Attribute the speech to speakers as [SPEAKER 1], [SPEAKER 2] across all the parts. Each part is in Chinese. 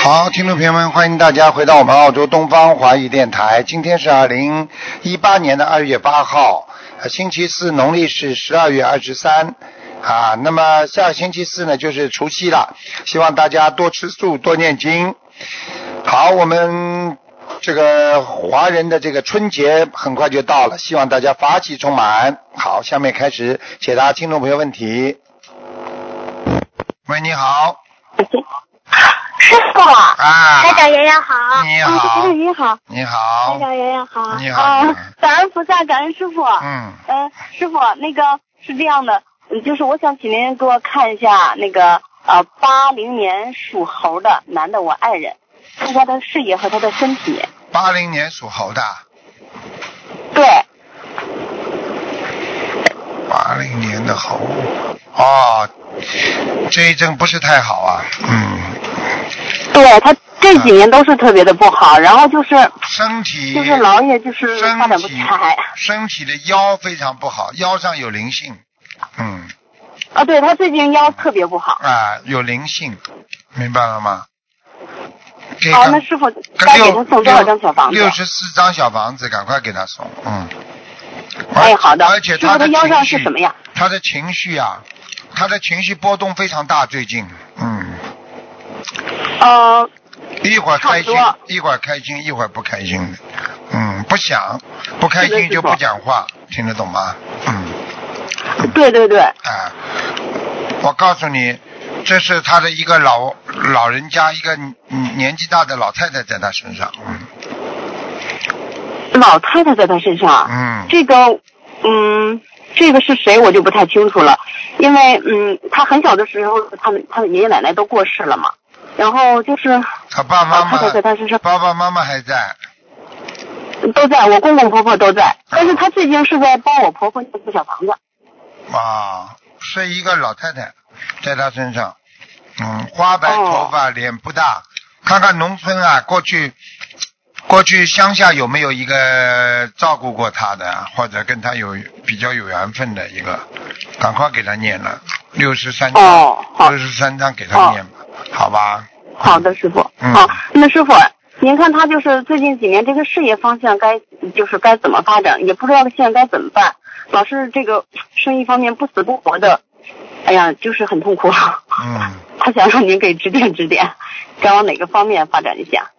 [SPEAKER 1] 好，听众朋友们，欢迎大家回到我们澳洲东方华语电台。今天是二零一八年的二月八号，呃星期四，农历是十二月二十三。啊，那么下个星期四呢，就是除夕了，希望大家多吃素，多念经。好，我们这个华人的这个春节很快就到了，希望大家法喜充满。好，下面开始解答听众朋友问题。喂，你好，
[SPEAKER 2] 师傅，
[SPEAKER 1] 啊，
[SPEAKER 2] 台长爷爷好。
[SPEAKER 1] 你好
[SPEAKER 2] 嗯师傅你好，
[SPEAKER 1] 你
[SPEAKER 2] 台
[SPEAKER 1] 好，
[SPEAKER 2] 长爷爷好。
[SPEAKER 1] 你好
[SPEAKER 2] 啊
[SPEAKER 1] 你好
[SPEAKER 2] 感恩菩萨，感恩师傅。
[SPEAKER 1] 嗯，
[SPEAKER 2] 呃，师傅，那个是这样的，嗯就是我想请您给我看一下那个呃八零年属猴的男的，我爱人，看他的事业和他的身体。
[SPEAKER 1] 八零年属猴的，
[SPEAKER 2] 对，
[SPEAKER 1] 八零年的猴，哦，这一阵不是太好啊，嗯，
[SPEAKER 2] 对他这几年都是特别的不好，然后就是
[SPEAKER 1] 身体
[SPEAKER 2] 就是劳业就是
[SPEAKER 1] 嗯身
[SPEAKER 2] 发展不
[SPEAKER 1] 体
[SPEAKER 2] 起来。
[SPEAKER 1] 身体的腰非常不好，腰上有灵性，嗯
[SPEAKER 2] 啊，对他最近腰特别不好。
[SPEAKER 1] 啊、有灵性，明白了吗？给
[SPEAKER 2] 好、
[SPEAKER 1] 他
[SPEAKER 2] 哦那师傅该给
[SPEAKER 1] 六
[SPEAKER 2] 他送多少张小房子？啊
[SPEAKER 1] 六十四张小房子，赶快给他送，嗯。
[SPEAKER 2] 哎，好的。
[SPEAKER 1] 而且
[SPEAKER 2] 师傅
[SPEAKER 1] 他的
[SPEAKER 2] 他腰上
[SPEAKER 1] 情
[SPEAKER 2] 是
[SPEAKER 1] 绪
[SPEAKER 2] 怎么样？
[SPEAKER 1] 他的情绪啊，他的情绪波动非常大，最近，嗯，
[SPEAKER 2] 呃，
[SPEAKER 1] 一会儿开心
[SPEAKER 2] 差不多，
[SPEAKER 1] 一会儿开心，一会儿不开心的，嗯，不想，不开心就不讲话，听得懂吗？嗯，
[SPEAKER 2] 对对对，
[SPEAKER 1] 啊，我告诉你，这是他的一个老老人家，一个嗯年纪大的老太太在他身上，嗯
[SPEAKER 2] 老太太在他身上，
[SPEAKER 1] 嗯，
[SPEAKER 2] 这个，嗯，这个是谁我就不太清楚了，因为嗯，他很小的时候，他们他的爷爷奶奶都过世了嘛，然后就是
[SPEAKER 1] 他爸爸
[SPEAKER 2] 老
[SPEAKER 1] 妈
[SPEAKER 2] 太太
[SPEAKER 1] 妈，
[SPEAKER 2] 在他身上
[SPEAKER 1] 爸爸妈妈还在，
[SPEAKER 2] 都在，我公公婆婆都在，但是他最近是在帮我婆婆念小房子，
[SPEAKER 1] 啊，是一个老太太，在她身上，嗯，花白
[SPEAKER 2] 哦
[SPEAKER 1] 头发，脸不大。看看农村啊，过去过去乡下有没有一个照顾过她的，啊或者跟她有比较有缘分的一个，赶快给她念了六十三章，
[SPEAKER 2] 哦，好
[SPEAKER 1] 六十三章给她念吧，好吧？
[SPEAKER 2] 好的，师傅，
[SPEAKER 1] 嗯
[SPEAKER 2] 好，那师傅。您看他就是最近几年这个事业方向该就是该怎么发展，也不知道现在该怎么办，老是这个生意方面不死不活的，哎呀，就是很痛苦。
[SPEAKER 1] 嗯，
[SPEAKER 2] 他想让您给指点指点，该往哪个方面发展一下？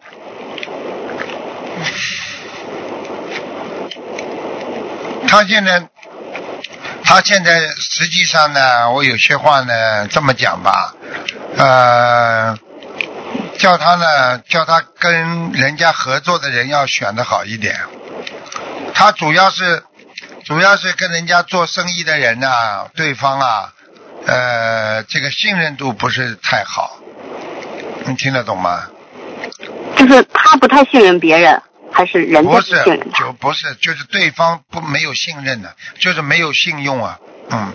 [SPEAKER 1] 她现在。她现在实际上呢，我有些话呢这么讲吧，呃，叫他呢，叫他跟人家合作的人要选的好一点。他主要是，主要是跟人家做生意的人呐、对方啊，呃，这个信任度不是太好。你听得懂吗？
[SPEAKER 2] 就是他不太信任别人，还是人家
[SPEAKER 1] 不
[SPEAKER 2] 信
[SPEAKER 1] 是
[SPEAKER 2] 任，他？
[SPEAKER 1] 就不是，就是对方不没有信任的、就是没有信用啊。嗯，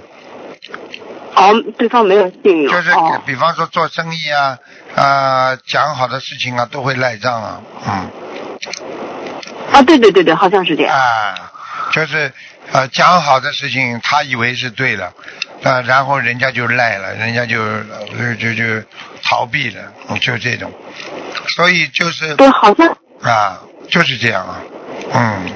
[SPEAKER 2] 哦，对方没有信用。
[SPEAKER 1] 就是
[SPEAKER 2] 哦
[SPEAKER 1] 比方说做生意啊，啊、讲好的事情啊，都会赖账啊。嗯。
[SPEAKER 2] 啊，对对对对，好像是这样。
[SPEAKER 1] 啊，就是呃讲好的事情，他以为是对的，呃，然后人家就赖了，人家就就就就逃避了，嗯就这种，所以就是
[SPEAKER 2] 对，好像
[SPEAKER 1] 啊，就是这样啊，嗯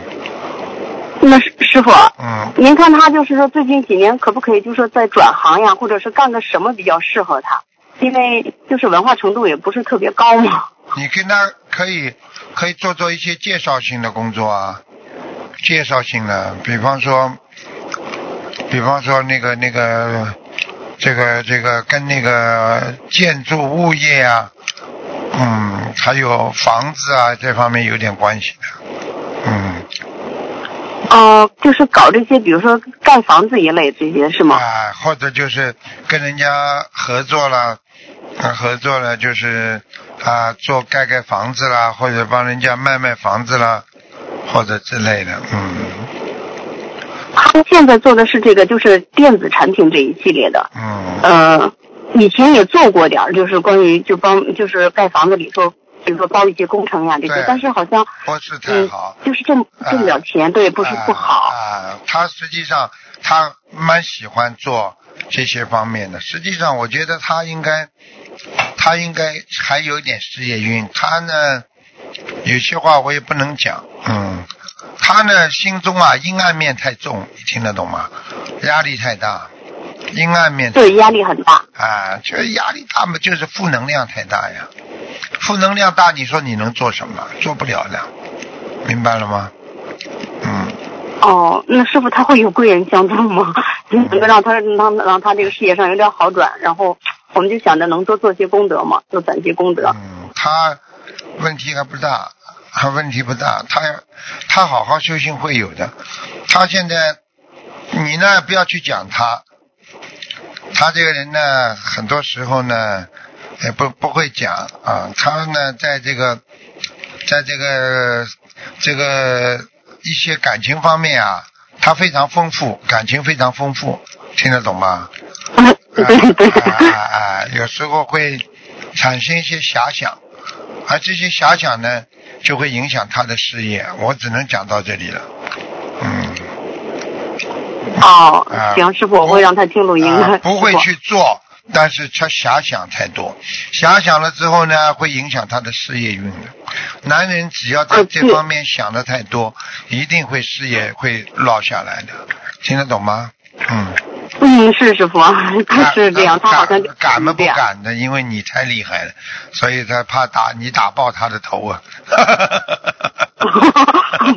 [SPEAKER 2] 那师师傅，啊
[SPEAKER 1] 嗯，
[SPEAKER 2] 您看他就是说最近几年可不可以就是说再转行呀，或者是干个什么比较适合他？因为就是文化程度也不是特别高嘛。
[SPEAKER 1] 你跟他可以可以做做一些介绍性的工作啊，介绍性的，比方说，比方说那个那个，这个这个跟那个建筑物业啊，嗯，还有房子啊这方面有点关系的，嗯
[SPEAKER 2] 哦、就是搞这些，比如说盖房子一类这些是吗？
[SPEAKER 1] 啊，或者就是跟人家合作了，呃合作了就是啊做盖盖房子啦，或者帮人家卖卖房子啦，或者之类的，嗯。
[SPEAKER 2] 他现在做的是这个，就是电子产品这一系列的。
[SPEAKER 1] 嗯，
[SPEAKER 2] 呃，以前也做过点儿，就是关于就帮就是盖房子里头，比如说包一些工程呀这
[SPEAKER 1] 对
[SPEAKER 2] 些，但是好像
[SPEAKER 1] 不是太
[SPEAKER 2] 嗯
[SPEAKER 1] 好，，
[SPEAKER 2] 就是挣
[SPEAKER 1] 啊
[SPEAKER 2] 挣不了钱，对，不是不
[SPEAKER 1] 啊
[SPEAKER 2] 好。
[SPEAKER 1] 啊他实际上他蛮喜欢做这些方面的。实际上，我觉得他应该，他应该还有一点事业运，他呢有些话我也不能讲，嗯，他呢心中啊阴暗面太重，你听得懂吗？压力太大，阴暗面
[SPEAKER 2] 对，压力很大。
[SPEAKER 1] 啊，就是压力大嘛，就是负能量太大呀，负能量大，你说你能做什么？做不了的，明白了吗？嗯，
[SPEAKER 2] 哦，那师傅他会有贵人相助吗？ 能够让他让让他这个事业上有点好转，然后我们就想着能多做些功德嘛，多攒些功德。
[SPEAKER 1] 嗯，他问题还不大，他问题不大，他他好好修行会有的。他现在，你呢不要去讲他，他这个人呢，很多时候呢，也不不会讲啊。他呢，在这个，在这个这个一些感情方面啊，他非常丰富，感情非常丰富，听得懂吗？
[SPEAKER 2] 嗯， 对对。
[SPEAKER 1] 啊啊啊！有时候会产生一些遐想，而这些遐想呢，就会影响他的事业。我只能讲到这里了。嗯，
[SPEAKER 2] 哦
[SPEAKER 1] 啊，
[SPEAKER 2] 行，师傅，我会让他听录音
[SPEAKER 1] 啊
[SPEAKER 2] 的。
[SPEAKER 1] 不会
[SPEAKER 2] 师傅
[SPEAKER 1] 去做，但是他遐想太多，遐想了之后呢，会影响他的事业运的。男人只要在
[SPEAKER 2] 呃
[SPEAKER 1] 这
[SPEAKER 2] 对
[SPEAKER 1] 方面想的太多，一定会事业会落下来的，听得懂吗？嗯，
[SPEAKER 2] 嗯，是师傅，他 是这样，他好像就
[SPEAKER 1] 敢嘛不
[SPEAKER 2] 这样。
[SPEAKER 1] 敢的，因为你太厉害了，所以他怕打你打爆他的头啊。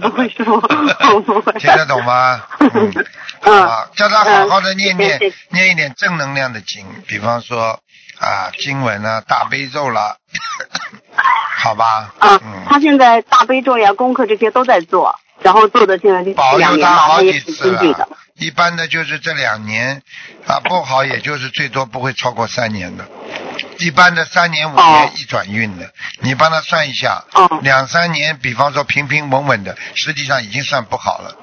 [SPEAKER 2] 不会师傅我不会
[SPEAKER 1] 听得懂吗？嗯，
[SPEAKER 2] 嗯
[SPEAKER 1] 啊，叫他好好的念念
[SPEAKER 2] 嗯谢谢
[SPEAKER 1] 念一点正能量的经，比方说啊经文啊大悲咒啦， 好吧？
[SPEAKER 2] 啊
[SPEAKER 1] 嗯，，
[SPEAKER 2] 他现在大悲咒呀、功课这些都在做，然后做的现在
[SPEAKER 1] 保
[SPEAKER 2] 这两
[SPEAKER 1] 佑
[SPEAKER 2] 年
[SPEAKER 1] 他
[SPEAKER 2] 吧，
[SPEAKER 1] 好
[SPEAKER 2] 他也
[SPEAKER 1] 几
[SPEAKER 2] 挺
[SPEAKER 1] 次
[SPEAKER 2] 精进
[SPEAKER 1] 了
[SPEAKER 2] 的。。
[SPEAKER 1] 一般的就是这两年 啊不好，也就是最多不会超过三年的。一般的三年五
[SPEAKER 2] 哦
[SPEAKER 1] 年一转运的，你帮他算一下，
[SPEAKER 2] 哦
[SPEAKER 1] 两三年，比方说平平稳稳的，实际上已经算不好了，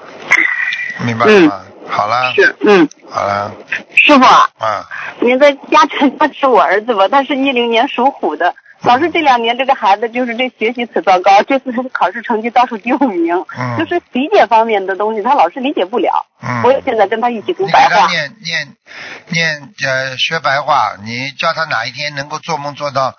[SPEAKER 1] 明白了
[SPEAKER 2] 嗯
[SPEAKER 1] 吗？好啦，
[SPEAKER 2] 是，嗯，
[SPEAKER 1] 好啦，
[SPEAKER 2] 师傅啊，
[SPEAKER 1] 啊，
[SPEAKER 2] 您在加持加持我儿子吧，他是一零年属虎的。老师，这两年这个孩子就是这学习可糟糕， 这次考试成绩倒数第五名，
[SPEAKER 1] 嗯
[SPEAKER 2] 就是理解方面的东西他老是理解不了。
[SPEAKER 1] 嗯
[SPEAKER 2] 我也现在跟他一起读
[SPEAKER 1] 你给
[SPEAKER 2] 白
[SPEAKER 1] 他
[SPEAKER 2] 话，
[SPEAKER 1] 念念念呃学白话，你叫他哪一天能够做梦做到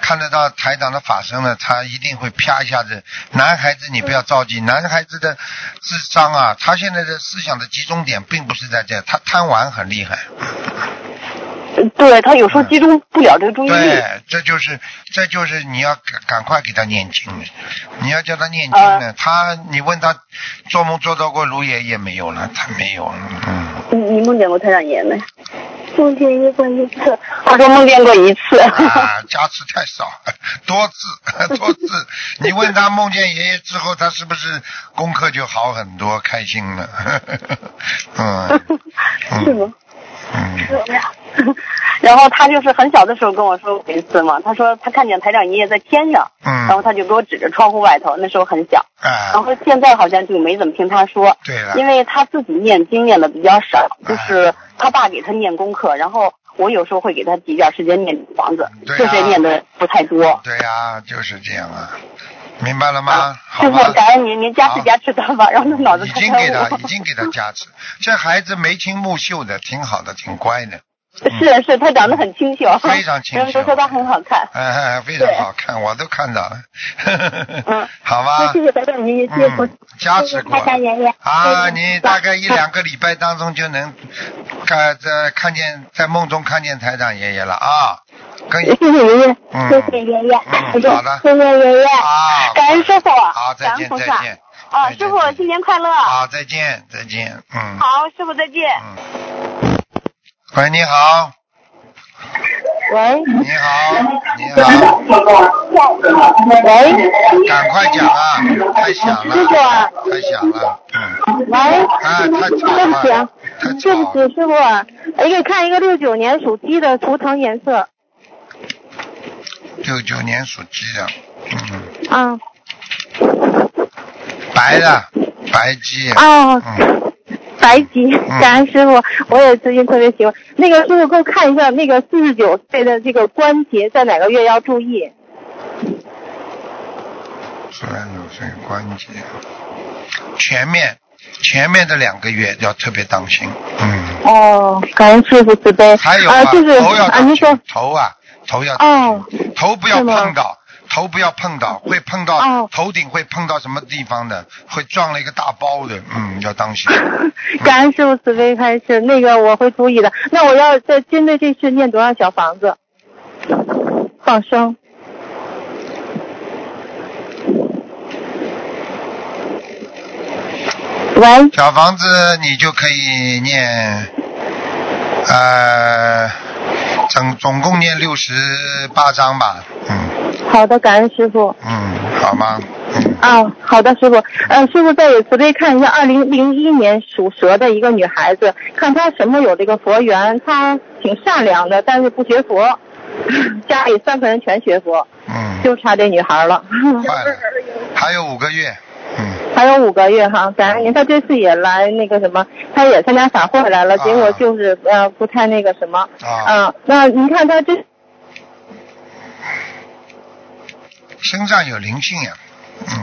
[SPEAKER 1] 看得到台长的法身了，他一定会啪一下子。男孩子你不要着急，男孩子的智商啊，他现在的思想的集中点并不是在这，他贪玩很厉害。
[SPEAKER 2] 对他有时候集中不了这个注意力。
[SPEAKER 1] 对，这就是这就是你要赶赶快给他念经，你要叫他念经呢，他你问他做梦做到过卢爷爷没有了，他没有了，嗯，
[SPEAKER 2] 你你梦见过台长爷没？
[SPEAKER 3] 梦见过一次，
[SPEAKER 2] 他说梦见过一次。
[SPEAKER 1] 啊，加持太少，多次多次，你问他梦见爷爷之后，他是不是功课就好很多，开心了， 嗯
[SPEAKER 3] 是吗？
[SPEAKER 1] 嗯。
[SPEAKER 2] 然后他就是很小的时候跟我说过一次嘛，他说他看见台长爷爷在天上，
[SPEAKER 1] 嗯
[SPEAKER 2] 然后他就给我指着窗户外头，那时候很小，然
[SPEAKER 1] 啊，
[SPEAKER 2] 后现在好像就没怎么听他说，
[SPEAKER 1] 对哎了，
[SPEAKER 2] 因为他自己念经念的比较少，就是他爸给他念功课，然后我有时候会给他挤点时间念房子，
[SPEAKER 1] 对啊
[SPEAKER 2] 就是念的不太多。
[SPEAKER 1] 对呀、就是这样啊，明白了吗？好
[SPEAKER 2] 师
[SPEAKER 1] 吧。
[SPEAKER 2] 傅，感恩您，您加持加持他吧，让他脑子
[SPEAKER 1] 已
[SPEAKER 2] 开
[SPEAKER 1] 经
[SPEAKER 2] 开
[SPEAKER 1] 给
[SPEAKER 2] 悟。
[SPEAKER 1] 他已经给他加持，这孩子眉清目秀的，挺好的，挺乖的，
[SPEAKER 2] 是是，他长得很清秀，
[SPEAKER 1] 嗯非常 清秀
[SPEAKER 2] 人们都说他很好看。
[SPEAKER 1] 哎，非常好看，我都看到了，
[SPEAKER 2] 嗯
[SPEAKER 1] 好
[SPEAKER 3] 那
[SPEAKER 1] 吧
[SPEAKER 3] 谢，谢白长爷爷接我
[SPEAKER 1] 哎啊嗯，加持过
[SPEAKER 3] 台长爷爷
[SPEAKER 1] 啊，你大概一两个礼拜当中就能 看在看见在梦中看见台长爷爷了啊，跟
[SPEAKER 3] 谢谢爷爷，
[SPEAKER 1] 嗯
[SPEAKER 3] 谢谢爷爷，
[SPEAKER 1] 嗯好的
[SPEAKER 3] 谢谢爷爷，
[SPEAKER 1] 啊，
[SPEAKER 2] 感恩师傅，
[SPEAKER 1] 好，再
[SPEAKER 2] 感
[SPEAKER 1] 见
[SPEAKER 2] 恩
[SPEAKER 1] 再
[SPEAKER 2] 菩萨。
[SPEAKER 1] 见，
[SPEAKER 2] 啊，
[SPEAKER 3] 哦
[SPEAKER 1] 再见
[SPEAKER 2] 师傅
[SPEAKER 1] 再见
[SPEAKER 2] 新年快乐！
[SPEAKER 1] 好，再见再见，嗯，
[SPEAKER 2] 好，师傅再见。
[SPEAKER 1] 嗯，喂，你好，
[SPEAKER 3] 喂
[SPEAKER 1] 你好，你好。
[SPEAKER 3] 喂嗯
[SPEAKER 1] 赶快讲啊！太响了，
[SPEAKER 3] 师傅啊
[SPEAKER 1] 太响了，嗯，
[SPEAKER 3] 喂，
[SPEAKER 1] 啊，太
[SPEAKER 3] 对
[SPEAKER 1] 吵
[SPEAKER 3] 不起
[SPEAKER 1] 了
[SPEAKER 3] 啊，，
[SPEAKER 1] 太
[SPEAKER 3] 对
[SPEAKER 1] 吵
[SPEAKER 3] 不
[SPEAKER 1] 了，
[SPEAKER 3] 起师傅啊，给我看一个六九年属鸡的图腾颜色，
[SPEAKER 1] 六九年属鸡的，嗯，
[SPEAKER 3] 啊
[SPEAKER 1] 白的，白鸡，
[SPEAKER 3] 哦。
[SPEAKER 1] 嗯，
[SPEAKER 3] 白吉，感恩师傅，我也最近特别喜欢。那个师傅给我看一下，那个四十九岁的这个关节在哪个月要注意？
[SPEAKER 1] 突然有这个关节，前面前面的两个月要特别当心，嗯，
[SPEAKER 3] 哦，感恩师傅慈悲。
[SPEAKER 1] 还有
[SPEAKER 3] 啊
[SPEAKER 1] 啊，，
[SPEAKER 3] 就是
[SPEAKER 1] 头要
[SPEAKER 3] 啊，
[SPEAKER 1] 当
[SPEAKER 3] 您
[SPEAKER 1] 心
[SPEAKER 3] 说，
[SPEAKER 1] 头啊，头要
[SPEAKER 3] 哦，
[SPEAKER 1] 头不要
[SPEAKER 3] 是吗
[SPEAKER 1] 碰到，头不要碰到，会碰到、
[SPEAKER 3] 哦
[SPEAKER 1] 头顶会碰到什么地方的，会撞了一个大包的，嗯，要当心。
[SPEAKER 3] 感恩师傅慈悲开示，那个我会注意的。那我要再针对这事念多少小房子？放生。喂，
[SPEAKER 1] 小房子你就可以念，呃，总总共念六十八章吧，嗯
[SPEAKER 3] 好的，感恩师傅。
[SPEAKER 1] 嗯，好吗？嗯，
[SPEAKER 3] 啊、好的，师傅。呃，师傅再也慈悲看一下，二零零一年属蛇的一个女孩子，看她什么有这个佛缘，她挺善良的，但是不学佛， 家里三个人全学佛，
[SPEAKER 1] 嗯，
[SPEAKER 3] 就差这女孩了。
[SPEAKER 1] 坏了，还有五个月，嗯，
[SPEAKER 3] 还有五个月哈，感恩您。他这次也来那个什么，他也参加法会来了，
[SPEAKER 1] 啊
[SPEAKER 3] 结果就是呃不太那个什么，
[SPEAKER 1] 啊，
[SPEAKER 3] 啊，那您看他这
[SPEAKER 1] 身上有灵性呀、嗯，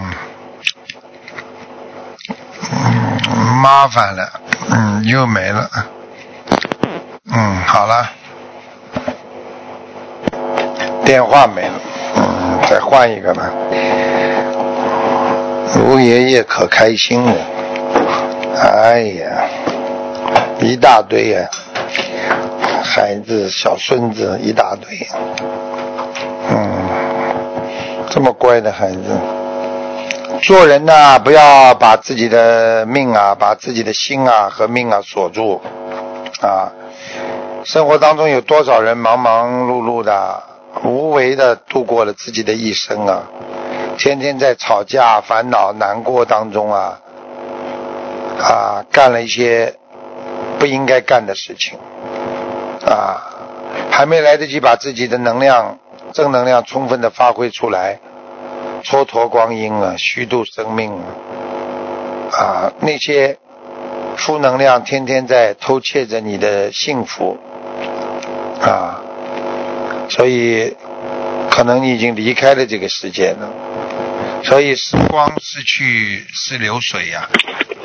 [SPEAKER 1] 嗯，麻烦了，嗯，又没了，嗯，好了，电话没了，嗯，再换一个吧。卢爷爷可开心了，哎呀，一大堆呀、孩子、小孙子一大堆，啊嗯。这么乖的孩子，做人呐、不要把自己的命啊、把自己的心啊和命啊锁住啊。生活当中有多少人忙忙碌碌的、无为的度过了自己的一生啊？天天在吵架、烦恼、难过当中啊，啊，干了一些不应该干的事情啊，还没来得及把自己的能量、正能量充分的发挥出来，蹉跎光阴了，虚度生命了。啊，那些负能量天天在偷窃着你的幸福啊，所以可能你已经离开了这个世界了。所以时光逝去是流水呀、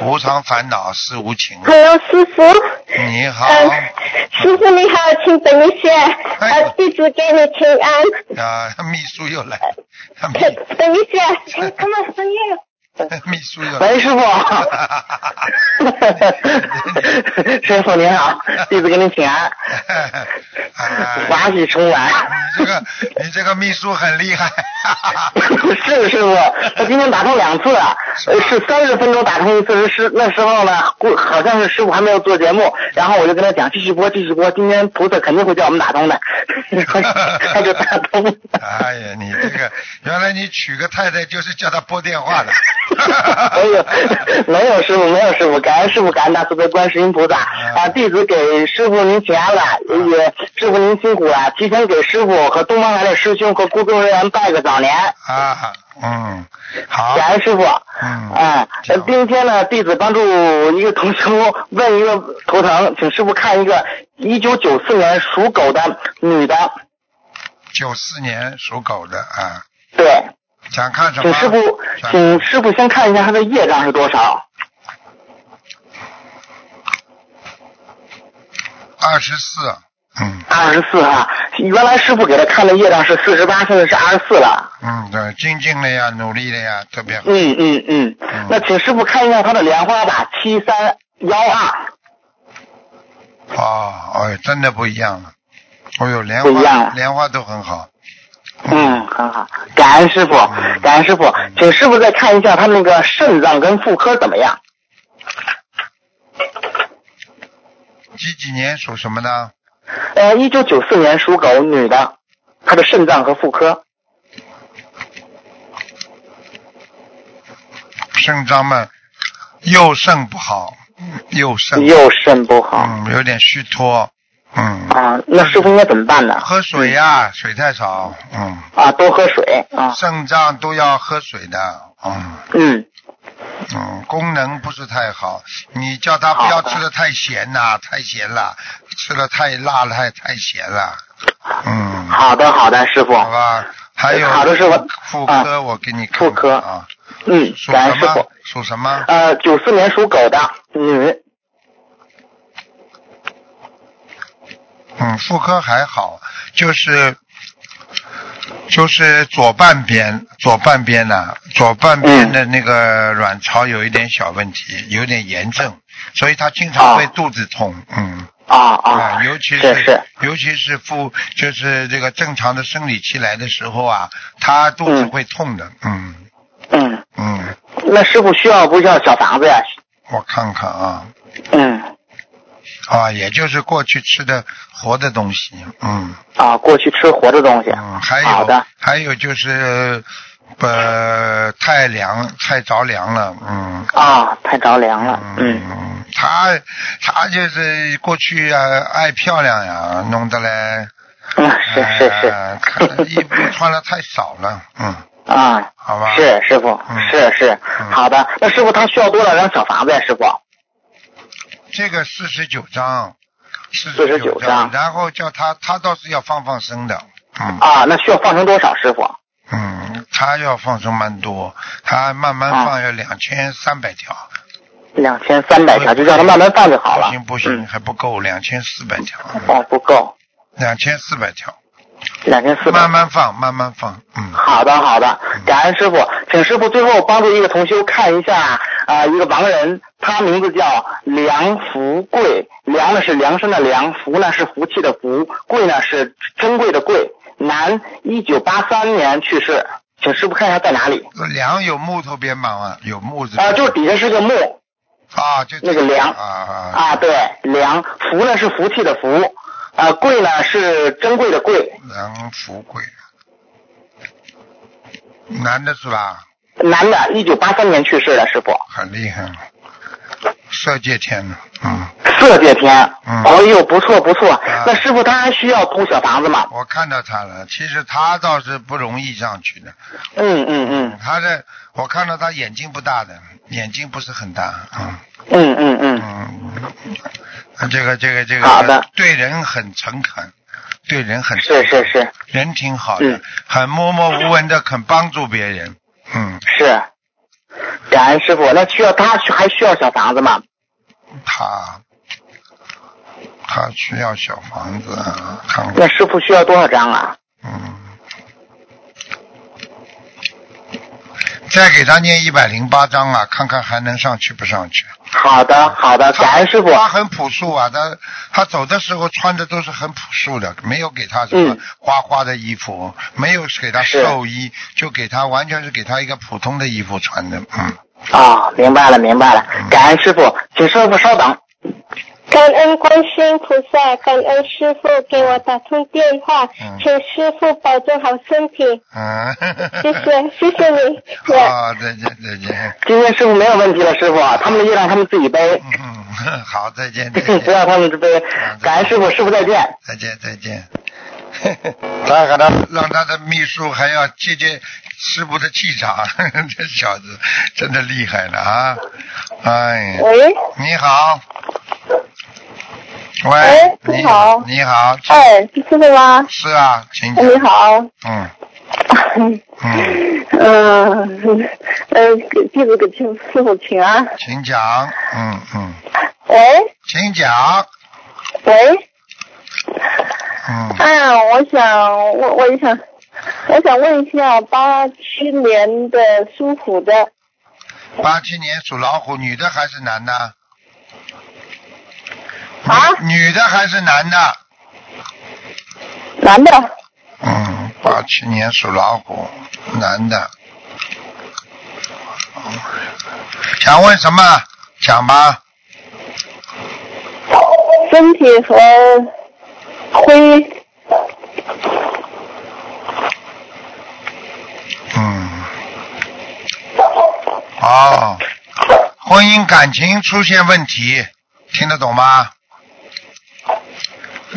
[SPEAKER 1] 无常烦恼是无情。啊
[SPEAKER 4] Hello，师傅。
[SPEAKER 1] 你好，
[SPEAKER 4] 嗯，师傅你好，请等一下，呃，地主给你请安。
[SPEAKER 1] 啊，秘书又来，秘
[SPEAKER 4] 等等一下，哎，干嘛声音？
[SPEAKER 1] 秘书又来。 哎
[SPEAKER 5] 喂，师傅。 师傅您好，弟子给您请安，
[SPEAKER 1] 哎，
[SPEAKER 5] 瓦喜重晚。
[SPEAKER 1] 你这个你这个秘书很厉害，
[SPEAKER 5] 是师傅，我今天打通两次啊，呃是三十分钟打通一次，是那时候呢，过好像是师傅还没有做节目，然后我就跟他讲继续播，继续播，今天菩萨肯定会叫我们打通的， 他就打通了。
[SPEAKER 1] 哎呀，你这个原来你娶个太太就是叫她拨电话的，
[SPEAKER 3] 哎
[SPEAKER 5] 没有，哎没有师傅，没有师傅，感恩师傅，感恩大慈悲观世音菩萨
[SPEAKER 1] 嗯
[SPEAKER 5] 啊！弟子给师傅您请安了，也师傅您辛苦了，提前给师傅和东方来的师兄和工作人员拜个早年，
[SPEAKER 1] 啊，嗯，好，
[SPEAKER 5] 感恩师傅。
[SPEAKER 1] 嗯，
[SPEAKER 5] 哎、呃今天呢，弟子帮助一个同修问一个头疼，请师傅看一个一九九四年属狗的女的，
[SPEAKER 1] 九四年属狗的啊，
[SPEAKER 5] 对，
[SPEAKER 1] 想看什
[SPEAKER 5] 请
[SPEAKER 1] 么？
[SPEAKER 5] 师傅，请师傅先看一下她的业障是多少，
[SPEAKER 1] 二十四，嗯
[SPEAKER 5] 二十四啊，原来师傅给她看的业障是四十八，现在是二十四了。
[SPEAKER 1] 嗯，对，精进了呀，努力了呀，特别好。
[SPEAKER 5] 嗯嗯嗯，那请师傅看一下他的莲花吧，七三幺二。
[SPEAKER 1] 哦，哎，真的不一样了。哎呦，莲
[SPEAKER 5] 不一样
[SPEAKER 1] 花
[SPEAKER 5] 了
[SPEAKER 1] 莲花都很好。
[SPEAKER 5] 嗯，很好，感恩师傅，感恩师傅，请师傅再看一下他那个肾脏跟妇科怎么样？
[SPEAKER 1] 几几年属什么呢？
[SPEAKER 5] 呃，一九九四年属狗女的，她的肾脏和妇科。
[SPEAKER 1] 肾脏嘛，右肾不好，右肾，
[SPEAKER 5] 右肾不好
[SPEAKER 1] 嗯，有点虚脱，嗯，
[SPEAKER 5] 啊，那师傅应该怎么办呢？
[SPEAKER 1] 喝水呀、水太少，嗯，
[SPEAKER 5] 啊，多喝水啊，
[SPEAKER 1] 肾脏都要喝水的，嗯
[SPEAKER 5] 嗯，
[SPEAKER 1] 嗯，功能不是太好。你叫他不要吃的太咸呐、太咸了，吃的太辣了，太太咸了，嗯，
[SPEAKER 5] 好的好的，师傅，
[SPEAKER 1] 好吧。还有
[SPEAKER 5] 好的师傅
[SPEAKER 1] 妇
[SPEAKER 5] 啊
[SPEAKER 1] 科，我给你看
[SPEAKER 5] 妇科
[SPEAKER 1] 看啊，
[SPEAKER 5] 嗯，
[SPEAKER 1] 属
[SPEAKER 5] 感
[SPEAKER 1] 什
[SPEAKER 5] 恩师
[SPEAKER 1] 么
[SPEAKER 5] 傅。？
[SPEAKER 1] 属什么？
[SPEAKER 5] 呃，九四年属狗的女，
[SPEAKER 1] 嗯，妇科还好，就是就是左半边，左半边呢、左半
[SPEAKER 5] 嗯
[SPEAKER 1] 边的那个卵巢有一点小问题，有点炎症，所以她经常会
[SPEAKER 5] 哦
[SPEAKER 1] 肚子痛，嗯。
[SPEAKER 5] 啊
[SPEAKER 1] 啊
[SPEAKER 5] 啊，，
[SPEAKER 1] 尤其
[SPEAKER 5] 是是
[SPEAKER 1] 尤其是妇，就是这个正常的生理期来的时候啊，她肚子
[SPEAKER 5] 嗯
[SPEAKER 1] 会痛的，嗯
[SPEAKER 5] 嗯，
[SPEAKER 1] 嗯，
[SPEAKER 5] 那师傅需要不需要小房子呀？
[SPEAKER 1] 我看看啊，
[SPEAKER 5] 嗯，
[SPEAKER 1] 啊，也就是过去吃的活的东西，嗯
[SPEAKER 5] 啊，过去吃活的东西。
[SPEAKER 1] 嗯，还
[SPEAKER 5] 好
[SPEAKER 1] 有
[SPEAKER 5] 的
[SPEAKER 1] 还有就是，呃，太凉太着凉了，嗯。
[SPEAKER 5] 啊，太着凉了。嗯，
[SPEAKER 1] 嗯，她她就是过去啊爱漂亮呀，弄得嘞，
[SPEAKER 5] 嗯，是是
[SPEAKER 1] 呃她的衣
[SPEAKER 5] 是。
[SPEAKER 1] 服穿的太少了，嗯，
[SPEAKER 5] 啊，
[SPEAKER 1] 好吧。
[SPEAKER 5] 是师傅
[SPEAKER 1] 嗯，
[SPEAKER 5] 是是，
[SPEAKER 1] 嗯
[SPEAKER 5] 好的。那师傅他需要多少张小房子呀？师傅？
[SPEAKER 1] 这个四十九章，四
[SPEAKER 5] 49
[SPEAKER 1] 章，
[SPEAKER 5] 章
[SPEAKER 1] 然后叫他，他倒是要放放生的，嗯
[SPEAKER 5] 啊，那需要放成多少？师傅？
[SPEAKER 1] 嗯，他要放生蛮多，他慢慢
[SPEAKER 5] 啊
[SPEAKER 1] 放要两千三百条，
[SPEAKER 5] 两千三百条，就让他慢慢放就好
[SPEAKER 1] 不
[SPEAKER 5] 了。
[SPEAKER 1] 行不行，还不够，两千四百条，
[SPEAKER 5] 嗯。哦，不够，
[SPEAKER 1] 两千四百条，
[SPEAKER 5] 两千四百。
[SPEAKER 1] 慢嗯慢放，慢慢放，嗯，
[SPEAKER 5] 好的，好的，感恩师傅，请师傅最后帮助一个同修看一下啊、一个亡人，他名字叫梁福贵，梁呢是梁生的梁，福呢是福气的福，贵呢是珍贵的贵，男，一九八三年去世，请师傅看一下在哪里？
[SPEAKER 1] 梁有木头边旁啊，有木字
[SPEAKER 5] 啊、就是底下是个木
[SPEAKER 1] 啊，就
[SPEAKER 5] 那个梁
[SPEAKER 1] 啊啊，
[SPEAKER 5] 啊，对，梁，福呢是福气的福，啊、贵呢是珍贵的贵，
[SPEAKER 1] 梁福贵，男的是吧？
[SPEAKER 5] 男的，一九八三年去世的师傅，
[SPEAKER 1] 很厉害，色界天的，嗯。
[SPEAKER 5] 色界天，
[SPEAKER 1] 嗯
[SPEAKER 5] 哎呦，不错不错，
[SPEAKER 1] 啊
[SPEAKER 5] 那师傅他还需要租小房子吗？
[SPEAKER 1] 我看到他了，其实他倒是不容易上去的。
[SPEAKER 5] 嗯嗯
[SPEAKER 1] 他的，我看到他眼睛不大的，眼睛不是很大，嗯
[SPEAKER 5] 嗯嗯嗯
[SPEAKER 1] 嗯，这个这个这个，
[SPEAKER 5] 好的
[SPEAKER 1] 对人很诚恳，对人很
[SPEAKER 5] 嗯，是是是
[SPEAKER 1] 人挺好的，
[SPEAKER 5] 嗯
[SPEAKER 1] 很默默无闻的，肯帮助别人，嗯，
[SPEAKER 5] 是。感恩师傅，那需要他需还需要小房子吗？
[SPEAKER 1] 他他需要小房子，啊，看看
[SPEAKER 5] 那师傅需要多少张啊？
[SPEAKER 1] 嗯，再给他念一百零八章啊，看看还能上去不上去。
[SPEAKER 5] 好的好的，感恩师傅。
[SPEAKER 1] 他很朴素啊，他他走的时候穿的都是很朴素的，没有给他什么
[SPEAKER 5] 嗯
[SPEAKER 1] 花花的衣服，没有给他
[SPEAKER 5] 是
[SPEAKER 1] 寿衣，就给他完全是给他一个普通的衣服穿的。嗯，
[SPEAKER 5] 哦，明白了明白了，感恩师傅，请师傅稍等。
[SPEAKER 4] 感恩观世音菩萨，感恩师傅给我打通电话，
[SPEAKER 1] 嗯
[SPEAKER 4] 请师傅保重好身体，
[SPEAKER 1] 嗯，
[SPEAKER 4] 谢谢谢谢你，我
[SPEAKER 1] 好，再见再见，
[SPEAKER 5] 今天师傅没有问题了，师傅，啊他们的月亮他们自己背，
[SPEAKER 1] 嗯，好，再见再见
[SPEAKER 5] 不。要他们背。感恩师傅，师傅再见。
[SPEAKER 1] 再见再见。 他可能让他的秘书还要借鉴师傅的气场， 这小子真的厉害了啊！哎，
[SPEAKER 6] 喂，
[SPEAKER 1] 你好，喂
[SPEAKER 6] 喂，
[SPEAKER 1] 你
[SPEAKER 6] 你好
[SPEAKER 1] 你好，
[SPEAKER 6] 哎，是师傅吗？
[SPEAKER 1] 是啊，请讲，
[SPEAKER 6] 你好，
[SPEAKER 1] 嗯嗯，
[SPEAKER 6] 呃，呃，给弟子给请师傅请安。
[SPEAKER 1] 请讲，嗯嗯，
[SPEAKER 4] 呃
[SPEAKER 6] 喂，
[SPEAKER 1] 请讲，
[SPEAKER 6] 喂，
[SPEAKER 1] 嗯，
[SPEAKER 6] 哎呀，我想，我我想，我想问一下，八七年的属虎的
[SPEAKER 1] 八七年属老虎，女的还是男的？
[SPEAKER 6] 啊
[SPEAKER 1] 女女的还是男的？
[SPEAKER 6] 男的，
[SPEAKER 1] 嗯，八七年属老虎，男的。想问什么？讲吧。
[SPEAKER 6] 身体和灰，
[SPEAKER 1] 嗯。哦，婚姻感情出现问题，听得懂吗？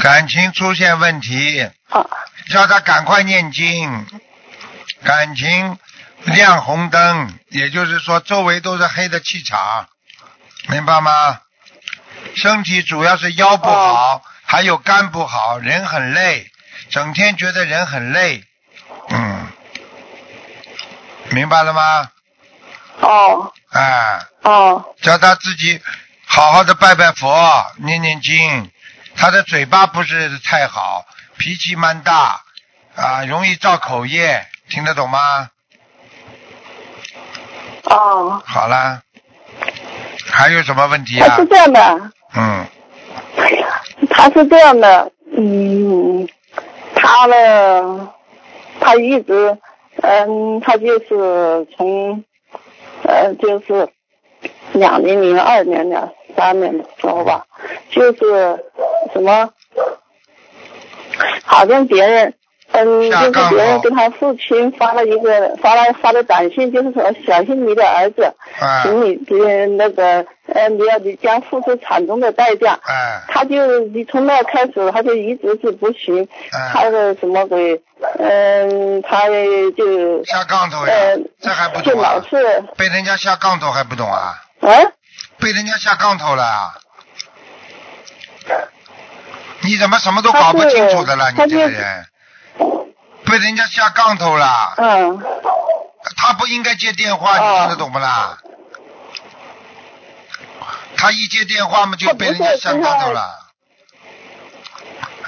[SPEAKER 1] 感情出现问题，
[SPEAKER 6] 啊
[SPEAKER 1] 叫他赶快念经。感情亮红灯，也就是说周围都是黑的气场，明白吗？身体主要是腰不好，还有肝不好，人很累，整天觉得人很累。嗯，明白了吗？
[SPEAKER 6] 哦
[SPEAKER 1] 哎，
[SPEAKER 6] 哦
[SPEAKER 1] 叫他自己好好的拜拜佛，念念经。他的嘴巴不是太好，脾气蛮大，啊，容易造口业，听得懂吗？
[SPEAKER 3] 哦，
[SPEAKER 1] 好啦，还有什么问题啊
[SPEAKER 3] 他是？这样的，
[SPEAKER 1] 嗯，
[SPEAKER 3] 他是这样的，嗯，他呢，他一直，嗯，他就是从，呃，就是两零零二年、两三年的时候吧，就是什么，好像别人。嗯，
[SPEAKER 1] 下
[SPEAKER 3] 就
[SPEAKER 1] 岗
[SPEAKER 3] 是别
[SPEAKER 1] 了
[SPEAKER 3] 人给他父亲发了一个发了发的短信，就是说小心你的儿子，
[SPEAKER 1] 哎
[SPEAKER 3] 请你呃那个呃，你要你将付出惨重的代价。
[SPEAKER 1] 哎
[SPEAKER 3] 他就你从那开始，他就一直是不行，他
[SPEAKER 1] 哎，
[SPEAKER 3] 的什么鬼，嗯、他就
[SPEAKER 1] 下杠哎头呀
[SPEAKER 3] 呃，
[SPEAKER 1] 这还不
[SPEAKER 3] 就
[SPEAKER 1] 懂
[SPEAKER 3] 老
[SPEAKER 1] 啊？
[SPEAKER 3] 是，
[SPEAKER 1] 被人家下杠头还不懂啊？
[SPEAKER 3] 嗯，
[SPEAKER 1] 被人家下杠头了啊？你怎么什么都搞不清楚的了？你
[SPEAKER 3] 他是
[SPEAKER 1] 这个人，被人家下杠头了，
[SPEAKER 3] 嗯，
[SPEAKER 1] 他不应该接电话，
[SPEAKER 3] 哦
[SPEAKER 1] 你听得懂不啦？他一接电话嘛，就
[SPEAKER 3] 他不
[SPEAKER 1] 被
[SPEAKER 3] 是
[SPEAKER 1] 人家下
[SPEAKER 3] 经
[SPEAKER 1] 杠头
[SPEAKER 3] 常
[SPEAKER 1] 了。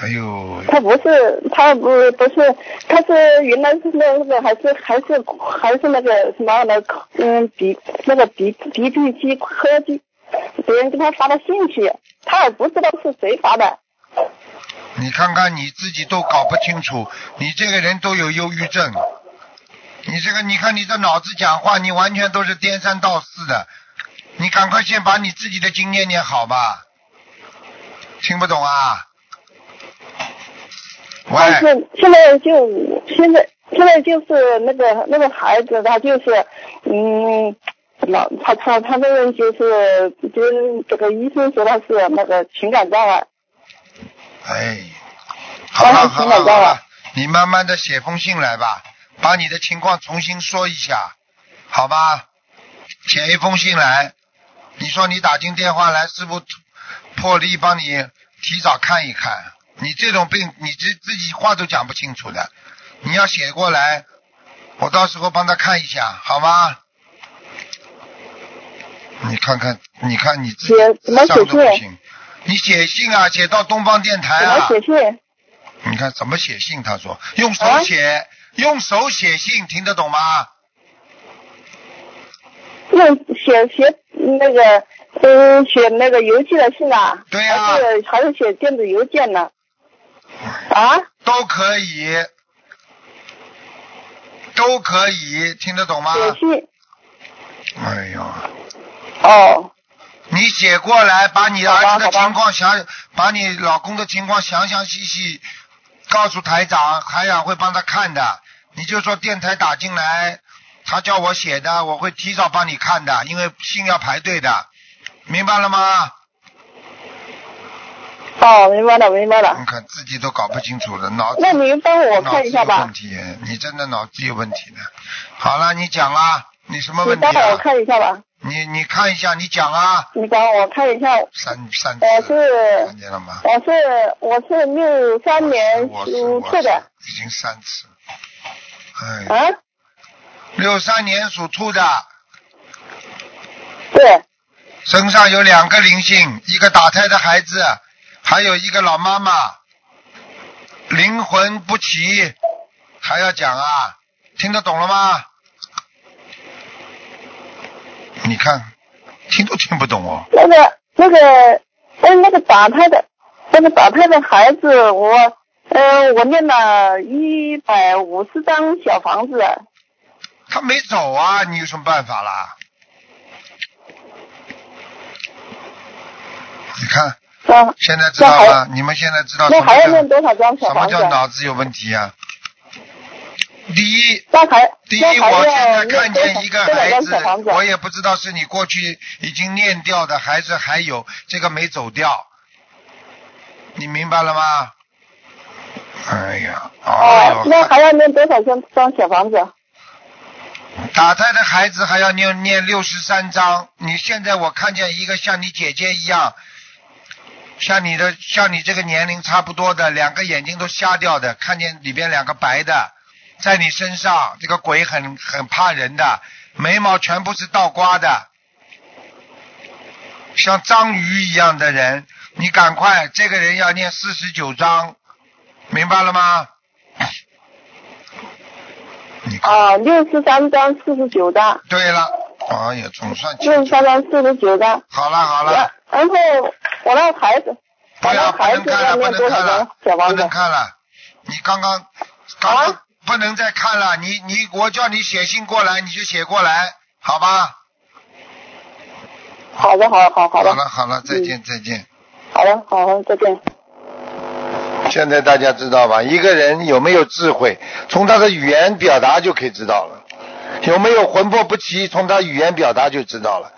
[SPEAKER 1] 哎呦，
[SPEAKER 3] 他不是，他不不是，他是原来是那个还是还是还是那个什么那个嗯鼻那个鼻鼻涕机科技，别人给他发的信息，他也不知道是谁发的，
[SPEAKER 1] 你看看你自己都搞不清楚，你这个人都有忧郁症。你这个，你看你这脑子讲话，你完全都是颠三倒四的。你赶快先把你自己的经念念好吧。听不懂啊？喂，
[SPEAKER 3] 但是现在就现在现在就是那个那个孩子，他就是嗯，老他他他那个就是就是这个医生说他是那个情感障碍，
[SPEAKER 1] 哎，好了
[SPEAKER 3] 哎
[SPEAKER 1] 好
[SPEAKER 3] 听
[SPEAKER 1] 了
[SPEAKER 3] 得
[SPEAKER 1] 好
[SPEAKER 3] 到
[SPEAKER 1] 了
[SPEAKER 3] 了，
[SPEAKER 1] 你慢慢的写封信来吧，把你的情况重新说一下，好吧？写一封信来，你说你打进电话来，师傅破例帮你提早看一看。你这种病，你自自己话都讲不清楚的，你要写过来，我到时候帮他看一下，好吗？你看看，你看你自己
[SPEAKER 3] 写怎么
[SPEAKER 1] 上都
[SPEAKER 3] 写信
[SPEAKER 1] 不行。你写信啊，写到东方电台
[SPEAKER 3] 给
[SPEAKER 1] 啊
[SPEAKER 3] 他。写信，
[SPEAKER 1] 你看怎么写信？他说用手写，用手写信，听得懂吗？
[SPEAKER 3] 用写写那个嗯写那个邮寄的信啊，
[SPEAKER 1] 对呀
[SPEAKER 3] 还是还是写电子邮件呢？啊，
[SPEAKER 1] 都可以，都可以，听得懂吗？
[SPEAKER 3] 写信
[SPEAKER 1] 哎呦，
[SPEAKER 3] 哦，
[SPEAKER 1] 你写过来，把你儿子的
[SPEAKER 3] 好吧好吧
[SPEAKER 1] 情况详，把你老公的情况详详细细告诉台长，台长会帮他看的。你就说电台打进来，他叫我写的，我会提早帮你看的，因为信要排队的，明白了吗？
[SPEAKER 3] 哦，明白了明白了
[SPEAKER 1] 你，看自己都搞不清楚了，脑子
[SPEAKER 3] 那您帮我看一下吧
[SPEAKER 1] 脑。子有问题，你真的脑子有问题的。好了，你讲啊，你什么
[SPEAKER 3] 你
[SPEAKER 1] 问题
[SPEAKER 3] 帮我
[SPEAKER 1] 啊？
[SPEAKER 3] 看一下吧，
[SPEAKER 1] 你你看一下，你讲啊。
[SPEAKER 3] 你帮我看一下，
[SPEAKER 1] 三三次
[SPEAKER 3] 我是
[SPEAKER 1] 看见了吗？
[SPEAKER 3] 我是我是六三年
[SPEAKER 1] 我是
[SPEAKER 3] 属
[SPEAKER 1] 我
[SPEAKER 3] 兔
[SPEAKER 1] 是
[SPEAKER 3] 的，
[SPEAKER 1] 已经三次了。哎，
[SPEAKER 3] 啊，
[SPEAKER 1] 六三年属兔的，
[SPEAKER 3] 对，
[SPEAKER 1] 身上有两个灵性，一个打胎的孩子，还有一个老妈妈，灵魂不齐，还要讲啊？听得懂了吗？你看，听都听不懂哦。
[SPEAKER 3] 那个那个，哎，那个打胎的，那个打胎的孩子，我，呃，我念了一百五十张小房子，啊
[SPEAKER 1] 他没走啊，你有什么办法啦？你看，
[SPEAKER 3] 啊，
[SPEAKER 1] 现在知道
[SPEAKER 3] 那
[SPEAKER 1] 了，你们现在知道什
[SPEAKER 3] 那
[SPEAKER 1] 么
[SPEAKER 3] 还要
[SPEAKER 1] 叫
[SPEAKER 3] 念多少张小
[SPEAKER 1] 什么
[SPEAKER 3] 房子？啊
[SPEAKER 1] 叫脑子有问题啊？第一，
[SPEAKER 3] 那还
[SPEAKER 1] 第
[SPEAKER 3] 那
[SPEAKER 1] 一，
[SPEAKER 3] 还
[SPEAKER 1] 我
[SPEAKER 3] 要
[SPEAKER 1] 现在
[SPEAKER 3] 念多
[SPEAKER 1] 看见一个
[SPEAKER 3] 少多少
[SPEAKER 1] 孩
[SPEAKER 3] 张
[SPEAKER 1] 子
[SPEAKER 3] 小房，子？啊
[SPEAKER 1] 我也不知道是你过去已经念掉的，还是还有这个没走掉。你明白了吗？哎呀，哎
[SPEAKER 3] 哦，那
[SPEAKER 1] 呦，
[SPEAKER 3] 还要念多少张张小房子？
[SPEAKER 1] 打胎的孩子还要念念六十三章。你现在我看见一个像你姐姐一样，像你的像你这个年龄差不多的，两个眼睛都瞎掉的，看见里边两个白的，在你身上，这个鬼很很怕人的，眉毛全部是倒刮的，像章鱼一样的人，你赶快，这个人要念四十九章，明白了吗？你看，
[SPEAKER 3] 啊，六十三张四十九张，
[SPEAKER 1] 对了，哎呀，总算清
[SPEAKER 3] 六十
[SPEAKER 1] 楚。
[SPEAKER 3] 三张四十九张。
[SPEAKER 1] 好了好了
[SPEAKER 3] 然，然后我那孩子，
[SPEAKER 1] 不要不
[SPEAKER 3] 好了
[SPEAKER 1] 能看了，不
[SPEAKER 3] 孩
[SPEAKER 1] 能
[SPEAKER 3] 子要念多
[SPEAKER 1] 看
[SPEAKER 3] 少
[SPEAKER 1] 了
[SPEAKER 3] 张，小
[SPEAKER 1] 不
[SPEAKER 3] 房子啊
[SPEAKER 1] 能？看了。你刚刚刚刚、不能再看了，你你我叫你写信过来，你就写过来，好吧？
[SPEAKER 3] 好的，好的，好的好嗯
[SPEAKER 1] 好
[SPEAKER 3] 的，
[SPEAKER 1] 了好了，再见再见。
[SPEAKER 3] 好的，好的，再见。
[SPEAKER 1] 现在大家知道吧？一个人有没有智慧，从他的语言表达就可以知道了；有没有魂魄不齐，从他语言表达就知道了。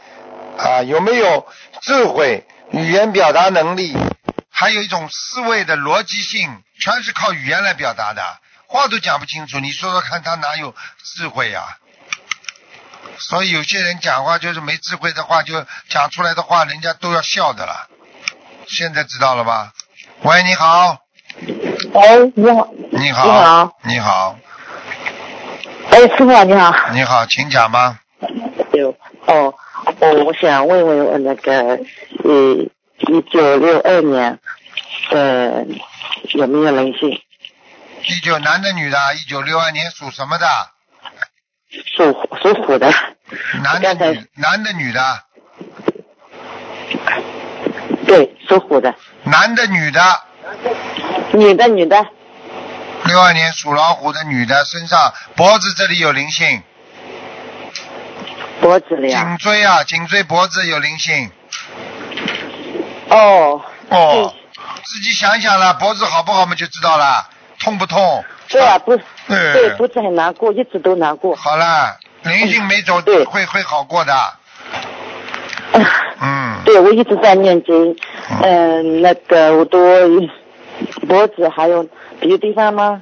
[SPEAKER 1] 啊，有没有智慧、语言表达能力，还有一种思维的逻辑性，全是靠语言来表达的。话都讲不清楚，你说说看，他哪有智慧呀、所以有些人讲话就是没智慧的话，就讲出来的话，人家都要笑的了。现在知道了吧？喂，你好。
[SPEAKER 6] 喂，你好，
[SPEAKER 1] 你
[SPEAKER 6] 你
[SPEAKER 1] 好，
[SPEAKER 6] 好，
[SPEAKER 1] 你好，
[SPEAKER 6] 哎，师傅你好。
[SPEAKER 1] 你好，请讲吧。
[SPEAKER 6] 有哦哦，我想问问我那个呃，一九六二年的有没有灵性？
[SPEAKER 1] 一九男的女的，一九六二年属什么的？
[SPEAKER 6] 属虎属虎的，
[SPEAKER 1] 男的
[SPEAKER 6] 刚才
[SPEAKER 1] 女男的女的，
[SPEAKER 6] 对，属虎的，
[SPEAKER 1] 男的女的，
[SPEAKER 6] 女的女的，
[SPEAKER 1] 六二年属老虎的女的身上脖子这里有灵性，
[SPEAKER 6] 脖子里啊。
[SPEAKER 1] 颈椎啊，颈椎脖子有灵性。
[SPEAKER 6] 哦，
[SPEAKER 1] 哦，自己想想了，脖子好不好嘛就知道了，痛不痛？
[SPEAKER 6] 对啊，不，
[SPEAKER 1] 嗯
[SPEAKER 6] 对，脖子很难过，一直都难过。
[SPEAKER 1] 好了，灵性没走，
[SPEAKER 6] 对
[SPEAKER 1] 会会好过的。
[SPEAKER 6] 啊
[SPEAKER 1] 嗯，
[SPEAKER 6] 对，我一直在念经，
[SPEAKER 1] 啊
[SPEAKER 6] 嗯、那个我都脖子还有别的地方吗？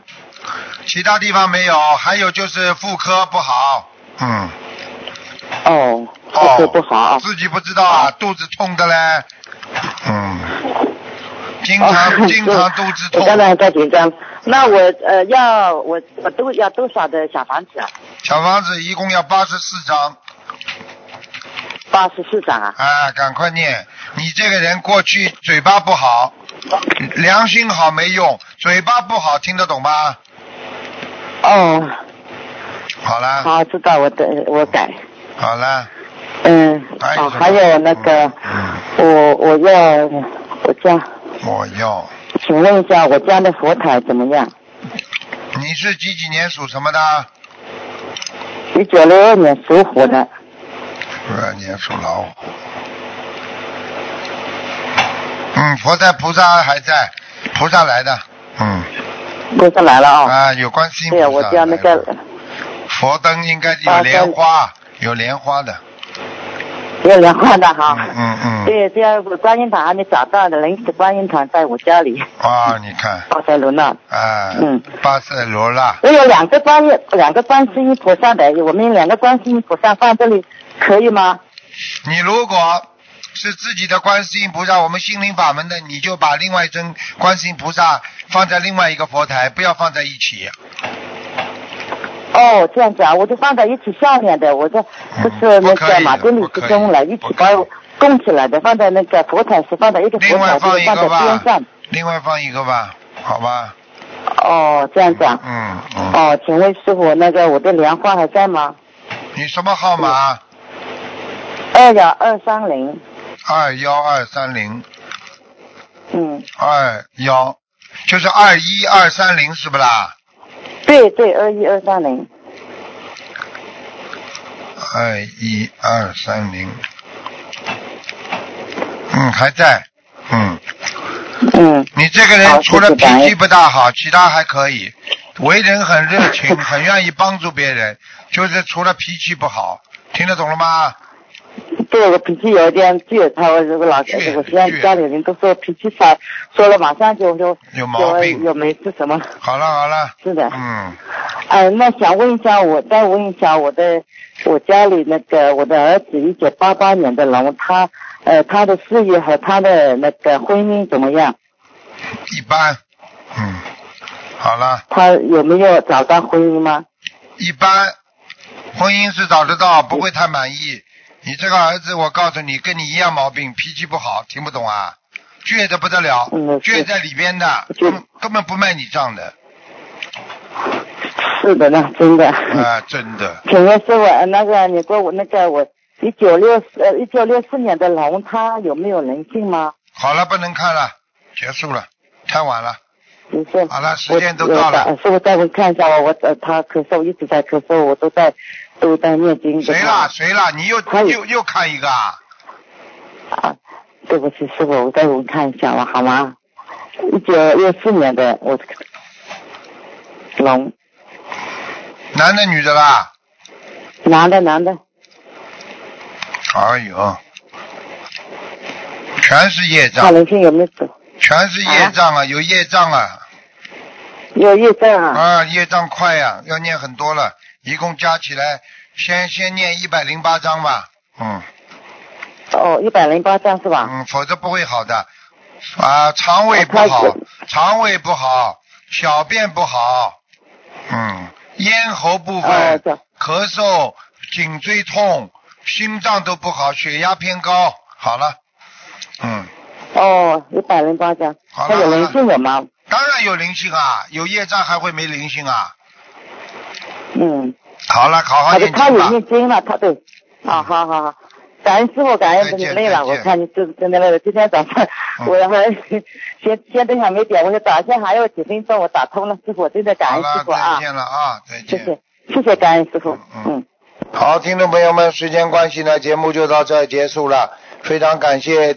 [SPEAKER 1] 其他地方没有，还有就是妇科不好。嗯。
[SPEAKER 6] 哦，妇科不好啊。
[SPEAKER 1] 自己不知道啊，肚子痛的嘞，嗯，经 常、
[SPEAKER 6] 哦
[SPEAKER 1] 嗯啊经
[SPEAKER 6] 对
[SPEAKER 1] 常肚子
[SPEAKER 6] 我刚
[SPEAKER 1] 痛。
[SPEAKER 6] 才在紧张。那我呃要我我都要多少的小房子啊？
[SPEAKER 1] 小房子一共要八十四张，
[SPEAKER 6] 八十四张啊？
[SPEAKER 1] 啊，赶快念！你这个人过去嘴巴不好，良心好没用，嘴巴不好听得懂吗？
[SPEAKER 6] 哦，
[SPEAKER 1] 好了，
[SPEAKER 6] 好，知道我的我改。
[SPEAKER 1] 好了，
[SPEAKER 6] 嗯，
[SPEAKER 1] 还有
[SPEAKER 6] 哦，
[SPEAKER 1] 什么
[SPEAKER 6] 还有那个，
[SPEAKER 1] 嗯，
[SPEAKER 6] 我我要我家，
[SPEAKER 1] 我要，
[SPEAKER 6] 请问一下我家的佛台怎么样？
[SPEAKER 1] 你是几几年属什么的？
[SPEAKER 6] 一九六二年属虎的，
[SPEAKER 1] 嗯十二年属老虎。嗯，佛在菩萨还在，菩萨来的。嗯
[SPEAKER 6] 菩萨来了啊。
[SPEAKER 1] 啊，有观世音菩
[SPEAKER 6] 对
[SPEAKER 1] 萨来的。
[SPEAKER 6] 呀，我家那个啊
[SPEAKER 1] 佛灯应该有莲花，有莲花的。
[SPEAKER 6] 有莲花的哈。
[SPEAKER 1] 嗯嗯嗯。
[SPEAKER 6] 对，这样我观音堂还没找到的，临时观音堂在我 家里，
[SPEAKER 1] 啊，你看，
[SPEAKER 6] 巴塞罗那。
[SPEAKER 1] 啊，
[SPEAKER 6] 嗯
[SPEAKER 1] 巴塞罗那，
[SPEAKER 6] 我有两个观音，两个观世音菩萨的，我们两个观世音菩萨放这里可以吗？
[SPEAKER 1] 你如果是自己的观世音菩萨，我们心灵法门的，你就把另外一尊观世音菩萨放在另外一个佛台，不要放在一起。
[SPEAKER 6] 哦，这样子啊，我就放在一起下面的，我这不是那
[SPEAKER 1] 不嗯可以
[SPEAKER 6] 个马丁路
[SPEAKER 1] 不
[SPEAKER 6] 之
[SPEAKER 1] 可以
[SPEAKER 6] 中了，一
[SPEAKER 1] 不
[SPEAKER 6] 起
[SPEAKER 1] 可以
[SPEAKER 6] 把我供起来的，放在那个佛台是放在一个佛
[SPEAKER 1] 另外
[SPEAKER 6] 台，就
[SPEAKER 1] 放一
[SPEAKER 6] 是放
[SPEAKER 1] 个
[SPEAKER 6] 在
[SPEAKER 1] 吧
[SPEAKER 6] 边上。，
[SPEAKER 1] 另外放一个吧，好吧？
[SPEAKER 6] 哦，这样子啊。
[SPEAKER 1] 嗯嗯，
[SPEAKER 6] 哦，请问师傅，那个我的莲花还在吗？
[SPEAKER 1] 你什么号码？
[SPEAKER 6] 二幺二三零，
[SPEAKER 1] 二幺二三零
[SPEAKER 6] 嗯，
[SPEAKER 1] 二幺，就是二一二三零是不啦？
[SPEAKER 6] 对对，二一二三零，
[SPEAKER 1] 二一二三零，嗯，还在，嗯，
[SPEAKER 6] 嗯，
[SPEAKER 1] 你这个
[SPEAKER 6] 好
[SPEAKER 1] 人
[SPEAKER 6] 谢谢
[SPEAKER 1] 除了脾
[SPEAKER 6] 感
[SPEAKER 1] 气
[SPEAKER 6] 恩
[SPEAKER 1] 不大好，其他还可以，为人很热情， 很愿意帮助别人，就是除了脾气不好，听得懂了吗？
[SPEAKER 6] 对我脾气有点倔，他我我老
[SPEAKER 1] 倔
[SPEAKER 6] 我现在
[SPEAKER 1] 倔
[SPEAKER 6] 家里人都说脾气差，说了马上就就
[SPEAKER 1] 有毛病
[SPEAKER 6] 就有没是什么？
[SPEAKER 1] 好了好了，
[SPEAKER 6] 是的，
[SPEAKER 1] 嗯，
[SPEAKER 6] 哎，那想问一下，我再问一下我的我家里那个我的儿子一九八八年的龙，他呃他的事业和他的那个婚姻怎么样？
[SPEAKER 1] 一般，嗯，好了。
[SPEAKER 6] 他有没有找到婚姻吗？
[SPEAKER 1] 一般婚姻是找得到，不会太满意。你这个儿子，我告诉你，跟你一样毛病，脾气不好，听不懂啊，倔得不得了，
[SPEAKER 6] 嗯是
[SPEAKER 1] 倔在里边的，
[SPEAKER 6] 是
[SPEAKER 1] 根本根本不卖你账的。
[SPEAKER 6] 是的呢，真的。
[SPEAKER 1] 啊，真的，
[SPEAKER 6] 请问师傅，呃那个你给我那个我一九六呃一九六四年的龙，它有没有人性吗？
[SPEAKER 1] 好了，不能看了，结束了，太晚了。
[SPEAKER 6] 你说
[SPEAKER 1] 好了时间都到了
[SPEAKER 6] 我我师傅，再给我看一下我我呃他咳嗽一直在咳嗽，我都在都在念经。
[SPEAKER 1] 谁啦？？谁啦？你又
[SPEAKER 6] 可以
[SPEAKER 1] 又又看一个啊？
[SPEAKER 6] 啊，对不起，师傅，我再给我看一下吧，好吗？一九六四年的我龙，
[SPEAKER 1] 男的女的啦？
[SPEAKER 6] 男的男的，
[SPEAKER 1] 哎呦，全是业
[SPEAKER 6] 看
[SPEAKER 1] 障，
[SPEAKER 6] 人性有没有走？
[SPEAKER 1] 全是业障啊，有业障啊，
[SPEAKER 6] 有业障啊？
[SPEAKER 1] 啊，业障快呀、要念很多了，一共加起来，先先念一百零八章吧，嗯
[SPEAKER 6] 哦，一百零八张是吧？
[SPEAKER 1] 嗯，否则不会好的，啊，肠胃不好
[SPEAKER 6] 我开，
[SPEAKER 1] 肠胃不好，小便不好，嗯，咽喉部
[SPEAKER 6] 哦
[SPEAKER 1] 分，
[SPEAKER 6] 对
[SPEAKER 1] 咳嗽、颈椎痛、心脏都不好，血压偏高，好了，嗯。
[SPEAKER 6] 哦，一百零八张，
[SPEAKER 1] 好
[SPEAKER 6] 它
[SPEAKER 1] 了
[SPEAKER 6] 有
[SPEAKER 1] 好了
[SPEAKER 6] 人性有吗？
[SPEAKER 1] 当然有灵性啊，有业障还会没灵性啊？
[SPEAKER 6] 嗯，
[SPEAKER 1] 好了，好好
[SPEAKER 6] 好的，
[SPEAKER 1] 念
[SPEAKER 6] 他
[SPEAKER 1] 经
[SPEAKER 6] 有
[SPEAKER 1] 吧。
[SPEAKER 6] 念经了，他对，啊，好好好，感恩师傅，感恩
[SPEAKER 1] 再
[SPEAKER 6] 不
[SPEAKER 1] 见
[SPEAKER 6] 你累
[SPEAKER 1] 再见
[SPEAKER 6] 了，我看你真真的累了。今天早上
[SPEAKER 1] 嗯
[SPEAKER 6] 我然后先先等下没点，我说早上还有几分钟，我打通了，师傅，真的感
[SPEAKER 1] 好
[SPEAKER 6] 恩师
[SPEAKER 1] 了，
[SPEAKER 6] 傅啊
[SPEAKER 1] 再，见了啊，再
[SPEAKER 6] 谢
[SPEAKER 1] 见。
[SPEAKER 6] 谢谢谢感恩师傅，
[SPEAKER 1] 嗯嗯
[SPEAKER 6] 嗯。
[SPEAKER 1] 好，听众朋友们，时间关系呢，节目就到这儿结束了。非常感谢